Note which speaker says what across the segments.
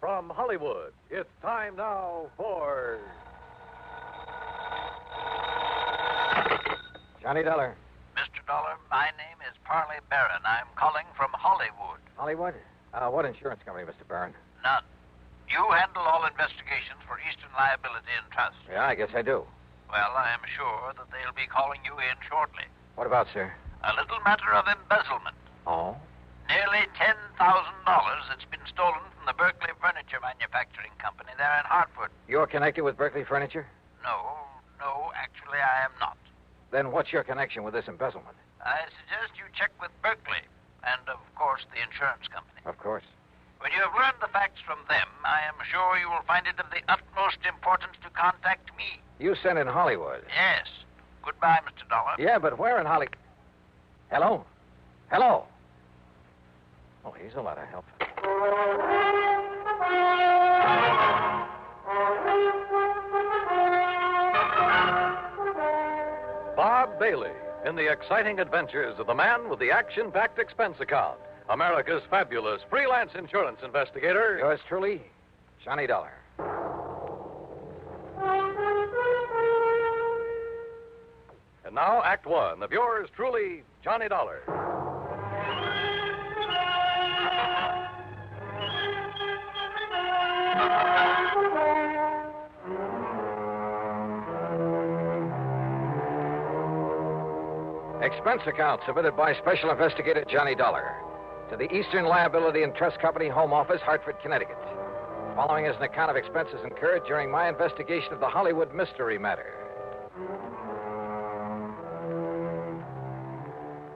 Speaker 1: From Hollywood, it's time now for.
Speaker 2: Johnny Dollar.
Speaker 3: Mr. Dollar, my name is Parley Barron. I'm calling from Hollywood.
Speaker 2: Hollywood? Uh, what insurance company, Mr. Barron?
Speaker 3: None. You handle all investigations for Eastern Liability and Trust.
Speaker 2: Yeah, I guess I do.
Speaker 3: Well, I am sure that they'll be calling you in shortly.
Speaker 2: What about, sir?
Speaker 3: A little matter of embezzlement.
Speaker 2: Oh?
Speaker 3: Nearly $10,000 that's been stolen from the Berkeley Furniture Manufacturing Company there in Hartford.
Speaker 2: You're connected with Berkeley Furniture?
Speaker 3: No, no, actually, I am not.
Speaker 2: Then what's your connection with this embezzlement?
Speaker 3: I suggest you check with Berkeley and, of course, the insurance company.
Speaker 2: Of course.
Speaker 3: When you have learned the facts from them, I am sure you will find it of the utmost importance to contact me.
Speaker 2: You sent in Hollywood.
Speaker 3: Yes. Goodbye, Mr. Dollar.
Speaker 2: Yeah, but where in Holly? Hello? Hello? Oh, he's a lot of help.
Speaker 1: Bob Bailey in the exciting adventures of the man with the action packed expense account. America's fabulous freelance insurance investigator.
Speaker 2: Yours truly, Johnny Dollar.
Speaker 1: And now, Act One of yours truly, Johnny Dollar.
Speaker 2: Expense account submitted by Special Investigator Johnny Dollar to the Eastern Liability and Trust Company Home Office, Hartford, Connecticut. Following is an account of expenses incurred during my investigation of the Hollywood mystery matter.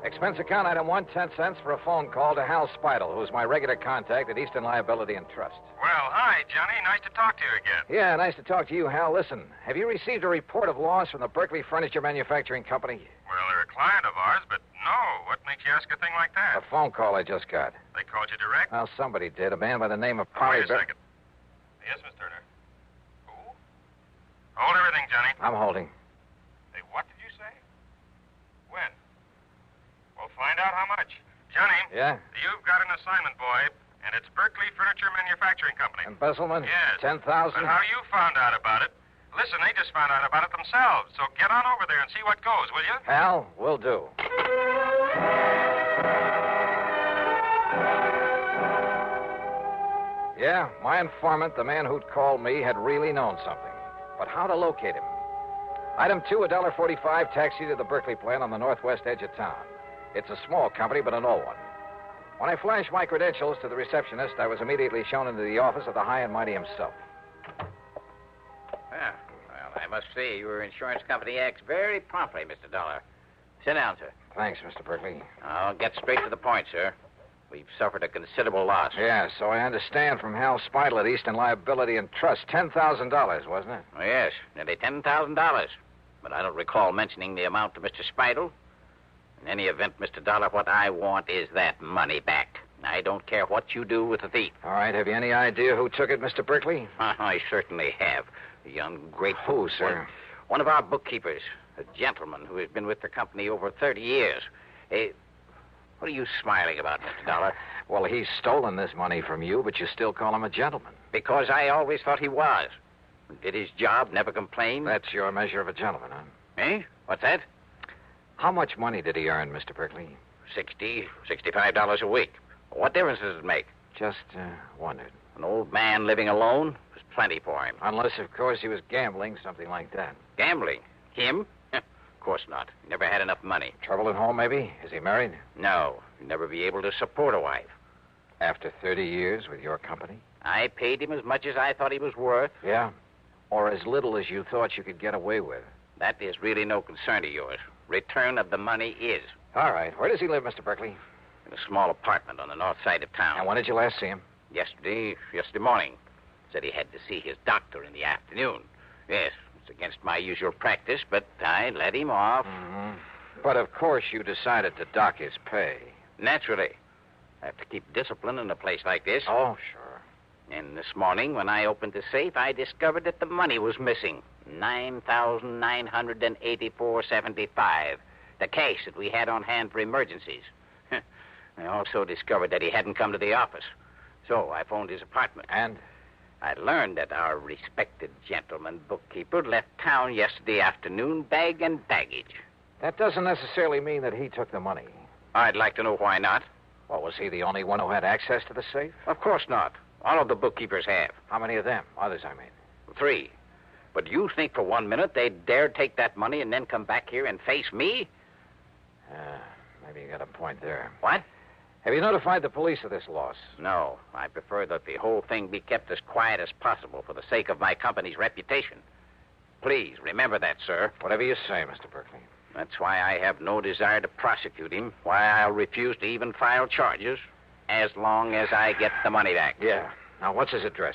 Speaker 2: Expense account item one, 10 cents for a phone call to Hal Speidel, who's my regular contact at Eastern Liability and Trust.
Speaker 4: Well, hi, Johnny. Nice to talk to you again.
Speaker 2: Yeah, nice to talk to you, Hal. Listen, have you received a report of loss from the Berkeley Furniture Manufacturing Company?
Speaker 4: Well, they're a client of ours, but no. What makes you ask a thing like
Speaker 2: A
Speaker 4: that?
Speaker 2: phone call I just got.
Speaker 4: They called you direct?
Speaker 2: Well, somebody did. A man by the name of Polly
Speaker 4: Wait a
Speaker 2: Ber-
Speaker 4: second. Yes, Miss Turner. Who? Hold everything, Johnny.
Speaker 2: I'm holding.
Speaker 4: Hey, what did you say? When? We'll find out how much. Johnny,
Speaker 2: Yeah?
Speaker 4: you've got an assignment, boy, and it's Berkeley Furniture Manufacturing Company.
Speaker 2: Embezzlement?
Speaker 4: Yes.
Speaker 2: Ten thousand?
Speaker 4: But how you found out about it? Listen, they just found out about it themselves. So get on over there and see what goes, will you?
Speaker 2: Hal, will do. Yeah, my informant, the man who'd called me, had really known something. But how to locate him? Item two, a dollar forty-five taxi to the Berkeley plant on the northwest edge of town. It's a small company, but an old one. When I flashed my credentials to the receptionist, I was immediately shown into the office of the high and mighty himself.
Speaker 5: Ah, well, I must say your insurance company acts very promptly, Mr. Dollar. Sit down, sir.
Speaker 2: Thanks, Mr. Berkeley.
Speaker 5: I'll get straight to the point, sir. We've suffered a considerable loss.
Speaker 2: Yeah, so I understand from Hal Speidel at Eastern Liability and Trust, ten thousand dollars, wasn't it?
Speaker 5: Oh, yes, nearly ten thousand dollars. But I don't recall mentioning the amount to Mr. Speidel. In any event, Mr. Dollar, what I want is that money back. I don't care what you do with the thief.
Speaker 2: All right. Have you any idea who took it, Mr. Berkeley?
Speaker 5: I certainly have. The ungrateful.
Speaker 2: Who, Oh, sir?
Speaker 5: One of our bookkeepers, a gentleman who has been with the company over 30 years. Eh, what are you smiling about, Mr. Dollar?
Speaker 2: Well, he's stolen this money from you, but you still call him a gentleman.
Speaker 5: Because I always thought he was. Did his job, never complained.
Speaker 2: That's your measure of a gentleman, huh?
Speaker 5: Eh? What's that?
Speaker 2: How much money did he earn, Mr. Berkeley?
Speaker 5: Sixty, sixty-five dollars a week. What difference does it make?
Speaker 2: Just uh, wondered.
Speaker 5: An old man living alone was plenty for him.
Speaker 2: Unless, of course, he was gambling, something like that.
Speaker 5: Gambling? Him? of course not. He never had enough money.
Speaker 2: Trouble at home, maybe? Is he married?
Speaker 5: No, he'd never be able to support a wife.
Speaker 2: After 30 years with your company?
Speaker 5: I paid him as much as I thought he was worth.
Speaker 2: Yeah. Or as little as you thought you could get away with.
Speaker 5: That is really no concern of yours. Return of the money is
Speaker 2: All right. Where does he live, Mr. Berkeley?
Speaker 5: in a small apartment on the north side of town.
Speaker 2: And when did you last see him?
Speaker 5: Yesterday, yesterday morning. Said he had to see his doctor in the afternoon. Yes, it's against my usual practice, but I let him off.
Speaker 2: But, of course, you decided to dock his pay.
Speaker 5: Naturally. I have to keep discipline in a place like this.
Speaker 2: Oh, sure.
Speaker 5: And this morning, when I opened the safe, I discovered that the money was missing. Nine thousand nine hundred and eighty-four seventy-five. The cash that we had on hand for emergencies. I also discovered that he hadn't come to the office. So I phoned his apartment.
Speaker 2: And?
Speaker 5: I learned that our respected gentleman bookkeeper left town yesterday afternoon, bag and baggage.
Speaker 2: That doesn't necessarily mean that he took the money.
Speaker 5: I'd like to know why not.
Speaker 2: Well, was he the only one who had access to the safe?
Speaker 5: Of course not. All of the bookkeepers have.
Speaker 2: How many of them? Others, I mean.
Speaker 5: Three. But you think for one minute they'd dare take that money and then come back here and face me?
Speaker 2: Ah, maybe you got a point there.
Speaker 5: What?
Speaker 2: Have you notified the police of this loss?
Speaker 5: No. I prefer that the whole thing be kept as quiet as possible for the sake of my company's reputation. Please remember that, sir.
Speaker 2: Whatever you say, Mr. Berkeley.
Speaker 5: That's why I have no desire to prosecute him, why I'll refuse to even file charges as long as I get the money back.
Speaker 2: Yeah. Now, what's his address?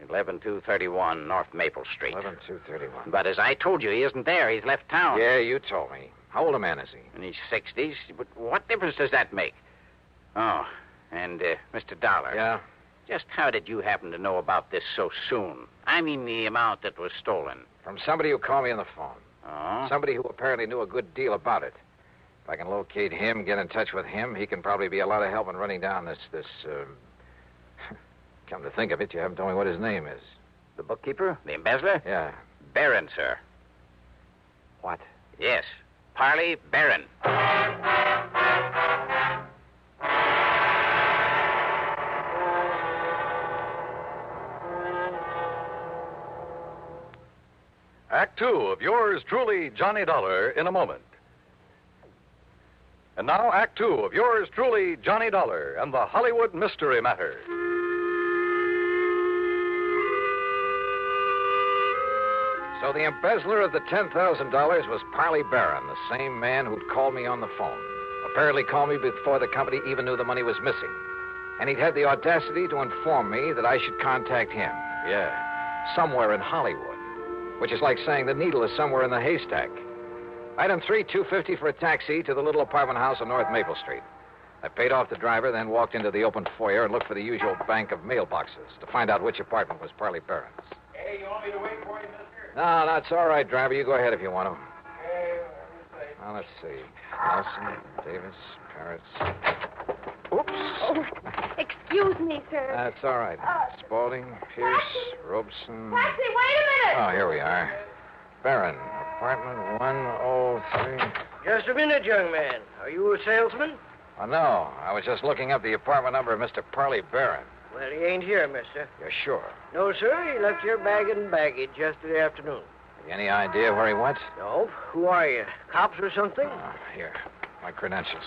Speaker 5: 11231 North Maple Street.
Speaker 2: 11231.
Speaker 5: But as I told you, he isn't there. He's left town.
Speaker 2: Yeah, you told me. How old a man is he?
Speaker 5: In his 60s. But what difference does that make? Oh, and uh, Mr. Dollar.
Speaker 2: Yeah.
Speaker 5: Just how did you happen to know about this so soon? I mean the amount that was stolen.
Speaker 2: From somebody who called me on the phone.
Speaker 5: Oh?
Speaker 2: Somebody who apparently knew a good deal about it. If I can locate him, get in touch with him, he can probably be a lot of help in running down this this. Uh... Come to think of it, you haven't told me what his name is.
Speaker 5: the bookkeeper? The embezzler?
Speaker 2: Yeah.
Speaker 5: Barron, sir.
Speaker 2: What?
Speaker 5: Yes. Parley Barron.
Speaker 1: Act two of yours truly, Johnny Dollar, in a moment. And now, Act two of yours truly, Johnny Dollar, and the Hollywood Mystery Matter.
Speaker 2: So the embezzler of the ten thousand dollars was Parley Barron, the same man who'd called me on the phone. Apparently called me before the company even knew the money was missing. And he'd had the audacity to inform me that I should contact him. Yeah. Somewhere in Hollywood. Which is like saying the needle is somewhere in the haystack. Item three, two fifty for a taxi to the little apartment house on North Maple Street. I paid off the driver, then walked into the open foyer and looked for the usual bank of mailboxes to find out which apartment was Parley Barron's.
Speaker 4: Hey, you want me to wait for you, mister?
Speaker 2: No, that's all right, driver. You go ahead if you want to.
Speaker 4: Hey, whatever you say.
Speaker 2: Now, let's see. Nelson, Davis, Paris. Oops.
Speaker 6: Oh, Excuse me, sir.
Speaker 2: That's all right. Spaulding, Pierce, Robeson.
Speaker 6: Patsy, wait a minute.
Speaker 2: Oh, here we are. Barron, apartment 103.
Speaker 7: Just a minute, young man. Are you a salesman?
Speaker 2: Oh, no. I was just looking up the apartment number of Mr. Parley Barron.
Speaker 7: Well, he ain't here, mister.
Speaker 2: You're sure?
Speaker 7: No, sir. He left your bag and baggage yesterday afternoon.
Speaker 2: Have you any idea where he went?
Speaker 7: Nope. Who are you? Cops or something?
Speaker 2: Oh, here, my credentials.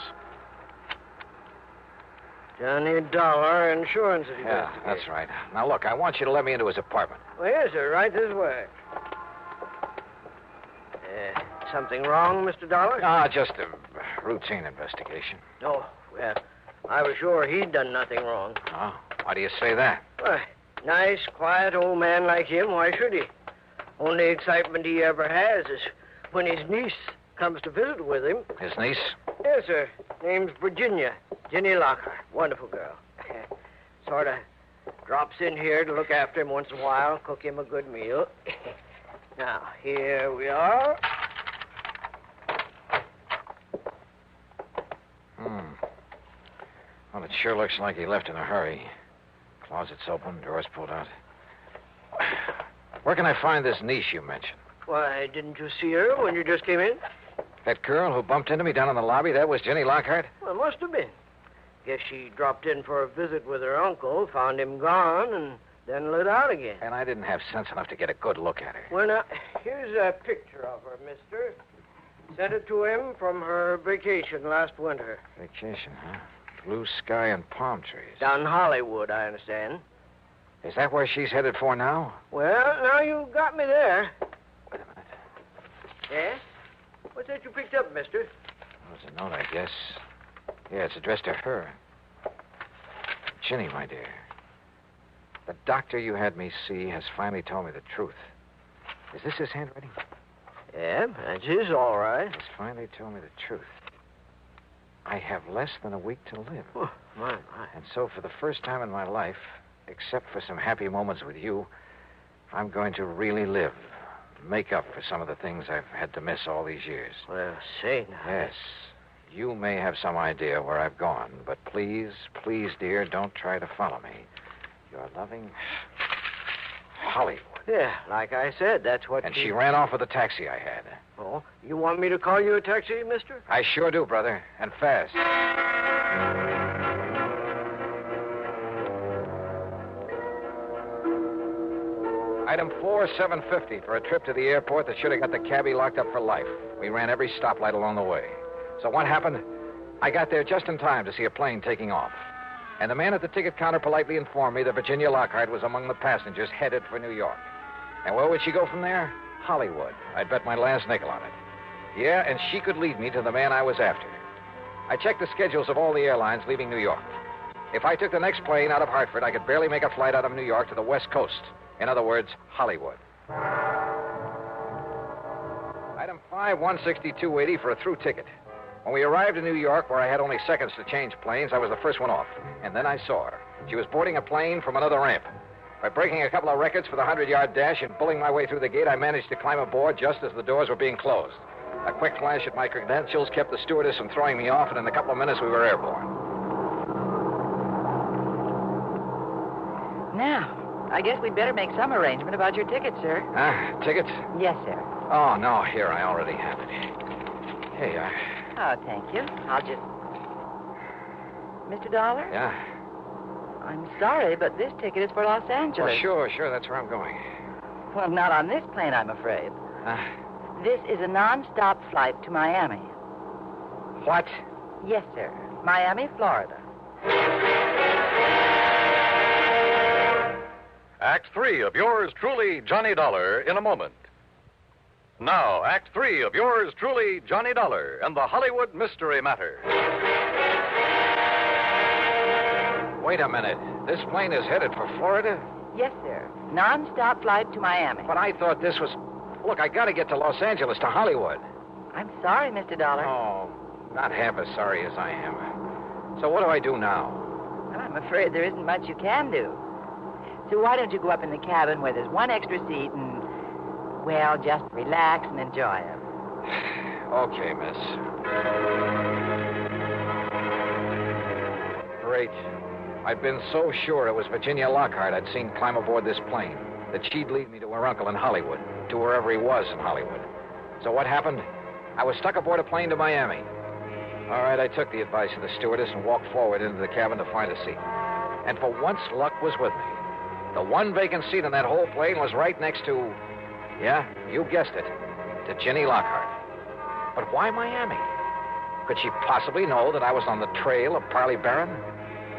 Speaker 7: Johnny Dollar Insurance
Speaker 2: Yeah, that's right. Now, look, I want you to let me into his apartment.
Speaker 7: right. Well, yes, sir. Right this way. Uh, something wrong, Mr. Dollar?
Speaker 2: Ah, just a routine investigation.
Speaker 7: No. Well, I was sure he'd done nothing wrong.
Speaker 2: Oh, why do you say that?
Speaker 7: Why, nice, quiet old man like him, why should he? Only excitement he ever has is when his niece comes to visit with him.
Speaker 2: His niece?
Speaker 7: Yes, sir. Name's Virginia. Jenny Locker. Wonderful girl. sort of drops in here to look after him once in a while, cook him a good meal. now, here we are.
Speaker 2: Hmm. Well, it sure looks like he left in a hurry. Closet's open, door's pulled out. Where can I find this niece you mentioned?
Speaker 7: Why, didn't you see her when you just came in?
Speaker 2: That girl who bumped into me down in the lobby, that was Jenny Lockhart?
Speaker 7: Well, must have been. Guess she dropped in for a visit with her uncle, found him gone, and then lit out again.
Speaker 2: And I didn't have sense enough to get a good look at her.
Speaker 7: Well, now, here's a picture of her, mister. Sent it to him from her vacation last winter.
Speaker 2: Vacation, huh? Blue sky and palm trees.
Speaker 7: Down in Hollywood, I understand.
Speaker 2: Is that where she's headed for now?
Speaker 7: Well, now you got me there.
Speaker 2: Wait a minute.
Speaker 7: Yes? What's that you picked up, mister?
Speaker 2: That was a note, I guess. Yeah, it's addressed to her. Ginny, my dear. The doctor you had me see has finally told me the truth. Is this his handwriting?
Speaker 7: Yeah, that is all right.
Speaker 2: He's finally told me the truth. I have less than a week to live.
Speaker 7: Oh, my, my.
Speaker 2: And so, for the first time in my life, except for some happy moments with you, I'm going to really live. Make up for some of the things I've had to miss all these years.
Speaker 7: Well, say now.
Speaker 2: Yes. You may have some idea where I've gone, but please, please, dear, don't try to follow me. Your loving Hollywood.
Speaker 7: Yeah, like I said, that's what.
Speaker 2: And
Speaker 7: you-
Speaker 2: she ran off with the taxi I had.
Speaker 7: Oh, you want me to call you a taxi, mister?
Speaker 2: I sure do, brother, and fast. Item four, 750 for a trip to the airport that should have got the cabbie locked up for life. We ran every stoplight along the way. So what happened? I got there just in time to see a plane taking off. And the man at the ticket counter politely informed me that Virginia Lockhart was among the passengers headed for New York. And where would she go from there? Hollywood. I'd bet my last nickel on it. Yeah, and she could lead me to the man I was after. I checked the schedules of all the airlines leaving New York. If I took the next plane out of Hartford, I could barely make a flight out of New York to the West Coast. In other words, Hollywood. Item 5, 16280 E for a through ticket. When we arrived in New York, where I had only seconds to change planes, I was the first one off. And then I saw her. She was boarding a plane from another ramp. By breaking a couple of records for the 100 yard dash and pulling my way through the gate, I managed to climb aboard just as the doors were being closed. A quick flash at my credentials kept the stewardess from throwing me off, and in a couple of minutes, we were airborne.
Speaker 8: Now, I guess we'd better make some arrangement about your ticket, sir.
Speaker 2: Ah, tickets?
Speaker 8: Yes, sir.
Speaker 2: Oh, no, here, I already have it. uh, Here you are.
Speaker 8: Oh, thank you. I'll just. Mr. Dollar?
Speaker 2: Yeah?
Speaker 8: I'm sorry, but this ticket is for Los Angeles.
Speaker 2: Well, sure, sure, that's where I'm going.
Speaker 8: Well, not on this plane, I'm afraid.
Speaker 2: Ah,
Speaker 8: This is a non-stop flight to Miami.
Speaker 2: what?
Speaker 8: Yes, sir. Miami, Florida.
Speaker 1: Act three of yours truly, Johnny Dollar, in a moment. Now, Act three of yours truly, Johnny Dollar, and the Hollywood Mystery Matter.
Speaker 2: Wait a minute. This plane is headed for Florida?
Speaker 8: Yes, sir. Non-stop flight to Miami.
Speaker 2: But I thought this was. Look, I gotta get to Los Angeles, to Hollywood.
Speaker 8: I'm sorry, Mr. Dollar.
Speaker 2: Oh, not half as sorry as I am. So what do I do now?
Speaker 8: Well, I'm afraid there isn't much you can do. So why don't you go up in the cabin where there's one extra seat and, well, just relax and enjoy it.
Speaker 2: Okay, miss. Great. I'd been so sure it was Virginia Lockhart I'd seen climb aboard this plane that she'd lead me to her uncle in Hollywood, to wherever he was in Hollywood. So what happened? I was stuck aboard a plane to Miami. All right, I took the advice of the stewardess and walked forward into the cabin to find a seat. And for once, luck was with me. The one vacant seat in that whole plane was right next to, yeah, you guessed it, to Ginny Lockhart. But why Miami? Could she possibly know that I was on the trail of Parley Barron?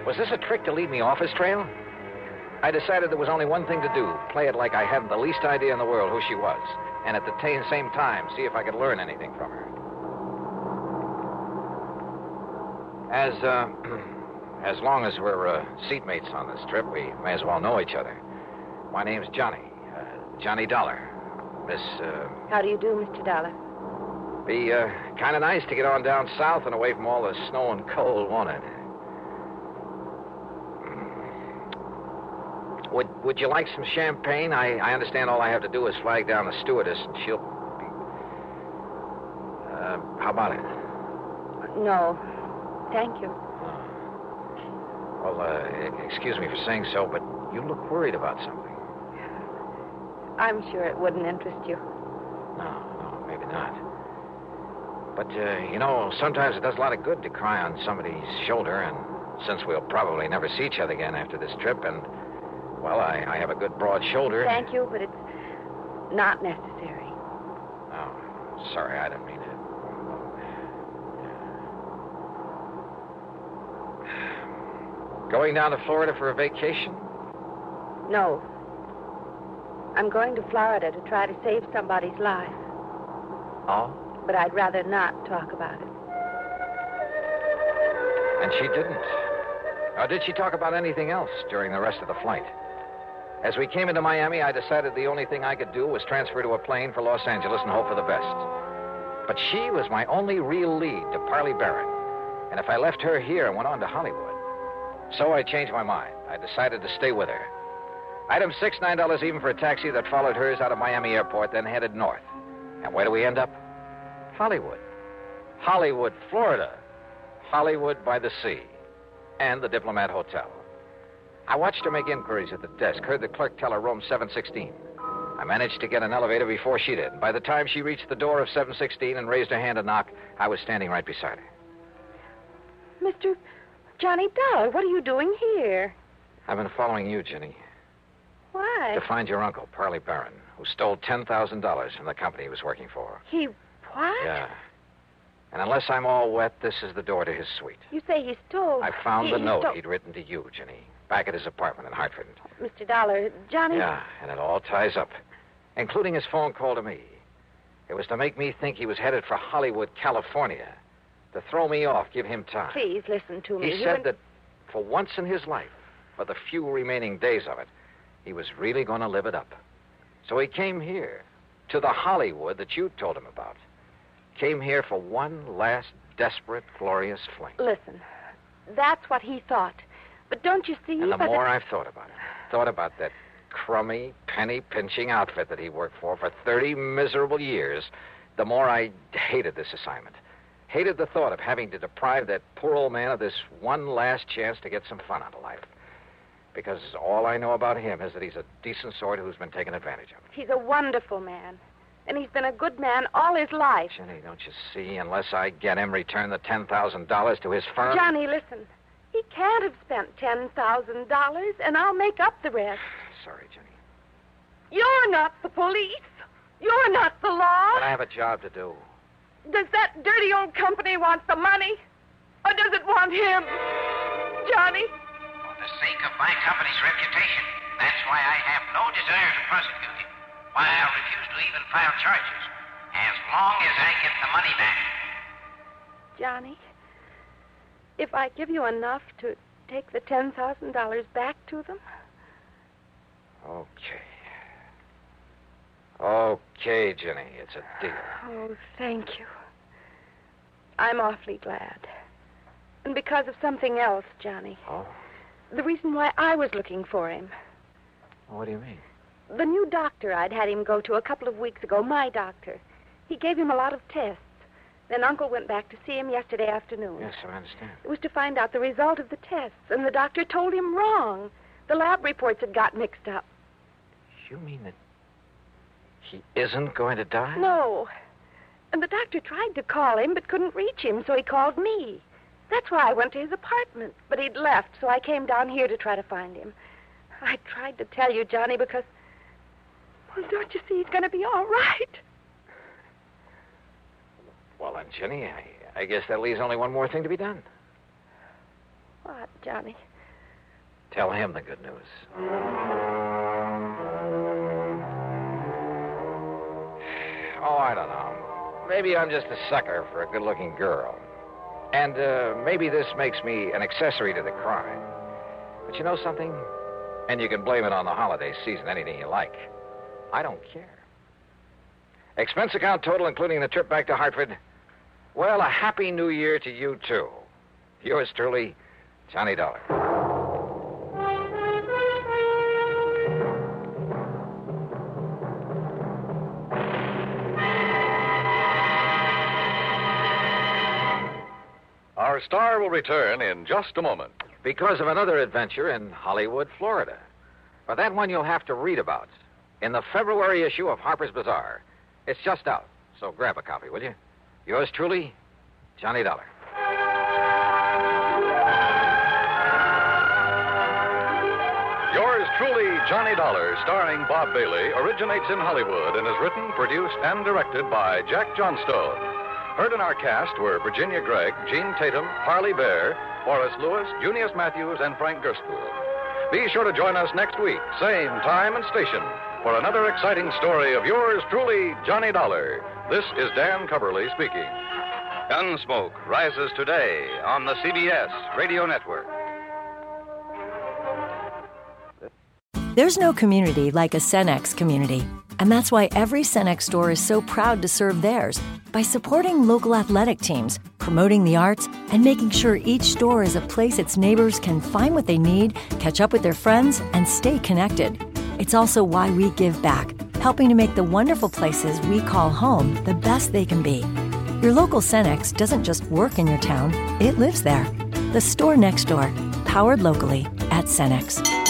Speaker 2: Was this a trick to lead me off his trail? I decided there was only one thing to do play it like I hadn't the least idea in the world who she was, and at the ta- same time, see if I could learn anything from her. As, uh, as long as we're uh, seatmates on this trip, we may as well know each other. My name's Johnny, uh, Johnny Dollar. Miss, uh,
Speaker 6: How do you do, Mr. Dollar?
Speaker 2: be uh, kind of nice to get on down south and away from all the snow and cold, won't it? Mm. Would Would you like some champagne? I, I understand all I have to do is flag down the stewardess, and she'll be. Uh, how about it?
Speaker 6: No. Thank you.
Speaker 2: Well, uh, e- excuse me for saying so, but you look worried about something.
Speaker 6: I'm sure it wouldn't interest you.
Speaker 2: No, no, maybe not. But, uh, you know, sometimes it does a lot of good to cry on somebody's shoulder, and since we'll probably never see each other again after this trip, and, well, I, I have a good broad shoulder.
Speaker 6: Thank you, but it's not necessary.
Speaker 2: Oh, sorry, I didn't mean it. Going down to Florida for a vacation?
Speaker 6: No. I'm going to Florida to try to save somebody's life,
Speaker 2: Oh.
Speaker 6: but I'd rather not talk about it.
Speaker 2: And she didn't. Nor did she talk about anything else during the rest of the flight. As we came into Miami, I decided the only thing I could do was transfer to a plane for Los Angeles and hope for the best. But she was my only real lead to Parley Barron. And if I left her here and went on to Hollywood. So I changed my mind. I decided to stay with her. Item six, nine dollars even for a taxi that followed hers out of Miami airport, then headed north. And where do we end up? Hollywood. Hollywood, Florida. Hollywood by the Sea, and the Diplomat Hotel. I watched her make inquiries at the desk, heard the clerk tell her room 716. I managed to get an elevator before she did. By the time she reached the door of 716 and raised her hand to knock, I was standing right beside her.
Speaker 6: Mr. Johnny Dollar, what are you doing here?
Speaker 2: I've been following you, Ginny,
Speaker 6: Why?
Speaker 2: to find your uncle, Parley Barron, who stole $10,000 from the company he was working for.
Speaker 6: He what?
Speaker 2: Yeah. And unless I'm all wet, this is the door to his suite.
Speaker 6: You say he stole.
Speaker 2: I found
Speaker 6: he,
Speaker 2: the
Speaker 6: he
Speaker 2: note
Speaker 6: stole-
Speaker 2: he'd written to you, Ginny, back at his apartment in Hartford.
Speaker 6: Mr. Dollar, Johnny.
Speaker 2: Yeah, and it all ties up, including his phone call to me. It was to make me think he was headed for Hollywood, California, to throw me off, give him time.
Speaker 6: Please listen to me.
Speaker 2: he
Speaker 6: You
Speaker 2: said
Speaker 6: and-
Speaker 2: that for once in his life, for the few remaining days of it, he was really going to live it up. So he came here, to the Hollywood that you told him about. Came here for one last desperate, glorious fling.
Speaker 6: Listen, that's what he thought. But don't you see?
Speaker 2: And the
Speaker 6: by
Speaker 2: more I've thought about it, thought about that crummy, penny pinching outfit that he worked for for 30 miserable years, the more I hated this assignment. Hated the thought of having to deprive that poor old man of this one last chance to get some fun out of life. Because all I know about him is that he's a decent sort who's been taken advantage of.
Speaker 6: He's a wonderful man. And he's been a good man all his life.
Speaker 2: Jenny, don't you see? Unless I get him, return the $10,000 to his firm.
Speaker 6: Johnny, listen. He can't have spent $10,000, and I'll make up the rest.
Speaker 2: Sorry, Jenny.
Speaker 6: You're not the police. You're not the
Speaker 2: But I
Speaker 6: law.
Speaker 2: have a job to do.
Speaker 6: Does that dirty old company want the money? Or does it want him? Johnny?
Speaker 3: For the sake of my company's reputation, that's why I have no desire to prosecute him. Why I refuse to even file charges. As long as I get the money back.
Speaker 6: Johnny, if I give you enough to take the $10,000 back to them,
Speaker 2: Okay. Okay, Jenny, it's a deal.
Speaker 6: Oh, thank you. I'm awfully glad. And because of something else, Johnny.
Speaker 2: Oh?
Speaker 6: The reason why I was looking for him.
Speaker 2: What do you mean?
Speaker 6: The new doctor I'd had him go to a couple of weeks ago, my doctor. He gave him a lot of tests. Then Uncle went back to see him yesterday afternoon.
Speaker 2: Yes, I understand.
Speaker 6: It was to find out the result of the tests, and the doctor told him wrong. The lab reports had got mixed up.
Speaker 2: You mean that he isn't going to die?
Speaker 6: No. And the doctor tried to call him but couldn't reach him, so he called me. That's why I went to his apartment, but he'd left, so I came down here to try to find him. I tried to tell you, Johnny, because. Well, don't you see, he's going to be all right.
Speaker 2: Well, then, Jenny, I, I guess that leaves only one more thing to be done.
Speaker 6: What, Johnny?
Speaker 2: Tell him the good news. Oh, I don't know. Maybe I'm just a sucker for a good looking girl. And uh, maybe this makes me an accessory to the crime. But you know something? And you can blame it on the holiday season, anything you like. I don't care. Expense account total, including the trip back to Hartford. Well, a happy new year to you, too. Yours truly, Johnny Dollar.
Speaker 1: Our star will return in just a moment.
Speaker 2: because of another adventure in Hollywood, Florida. But that one you'll have to read about in the February issue of Harper's Bazaar. It's just out, so grab a copy, will you? Yours truly, Johnny Dollar.
Speaker 1: Yours truly, Johnny Dollar, starring Bob Bailey, originates in Hollywood and is written, produced, and directed by Jack Johnstone. Heard in our cast were Virginia Gregg, Gene Tatum, Harley Bear, Horace Lewis, Junius Matthews, and Frank Gerstpool. Be sure to join us next week, same time and station, for another exciting story of yours truly, Johnny Dollar. This is Dan Coverly speaking. Gunsmoke rises today on the CBS Radio Network.
Speaker 9: There's no community like a Cenex community. And that's why every Cenex store is so proud to serve theirs by supporting local athletic teams, promoting the arts, and making sure each store is a place its neighbors can find what they need, catch up with their friends, and stay connected. It's also why we give back, helping to make the wonderful places we call home the best they can be. Your local Cenex doesn't just work in your town, it lives there. The store next door, powered locally at at Cenex.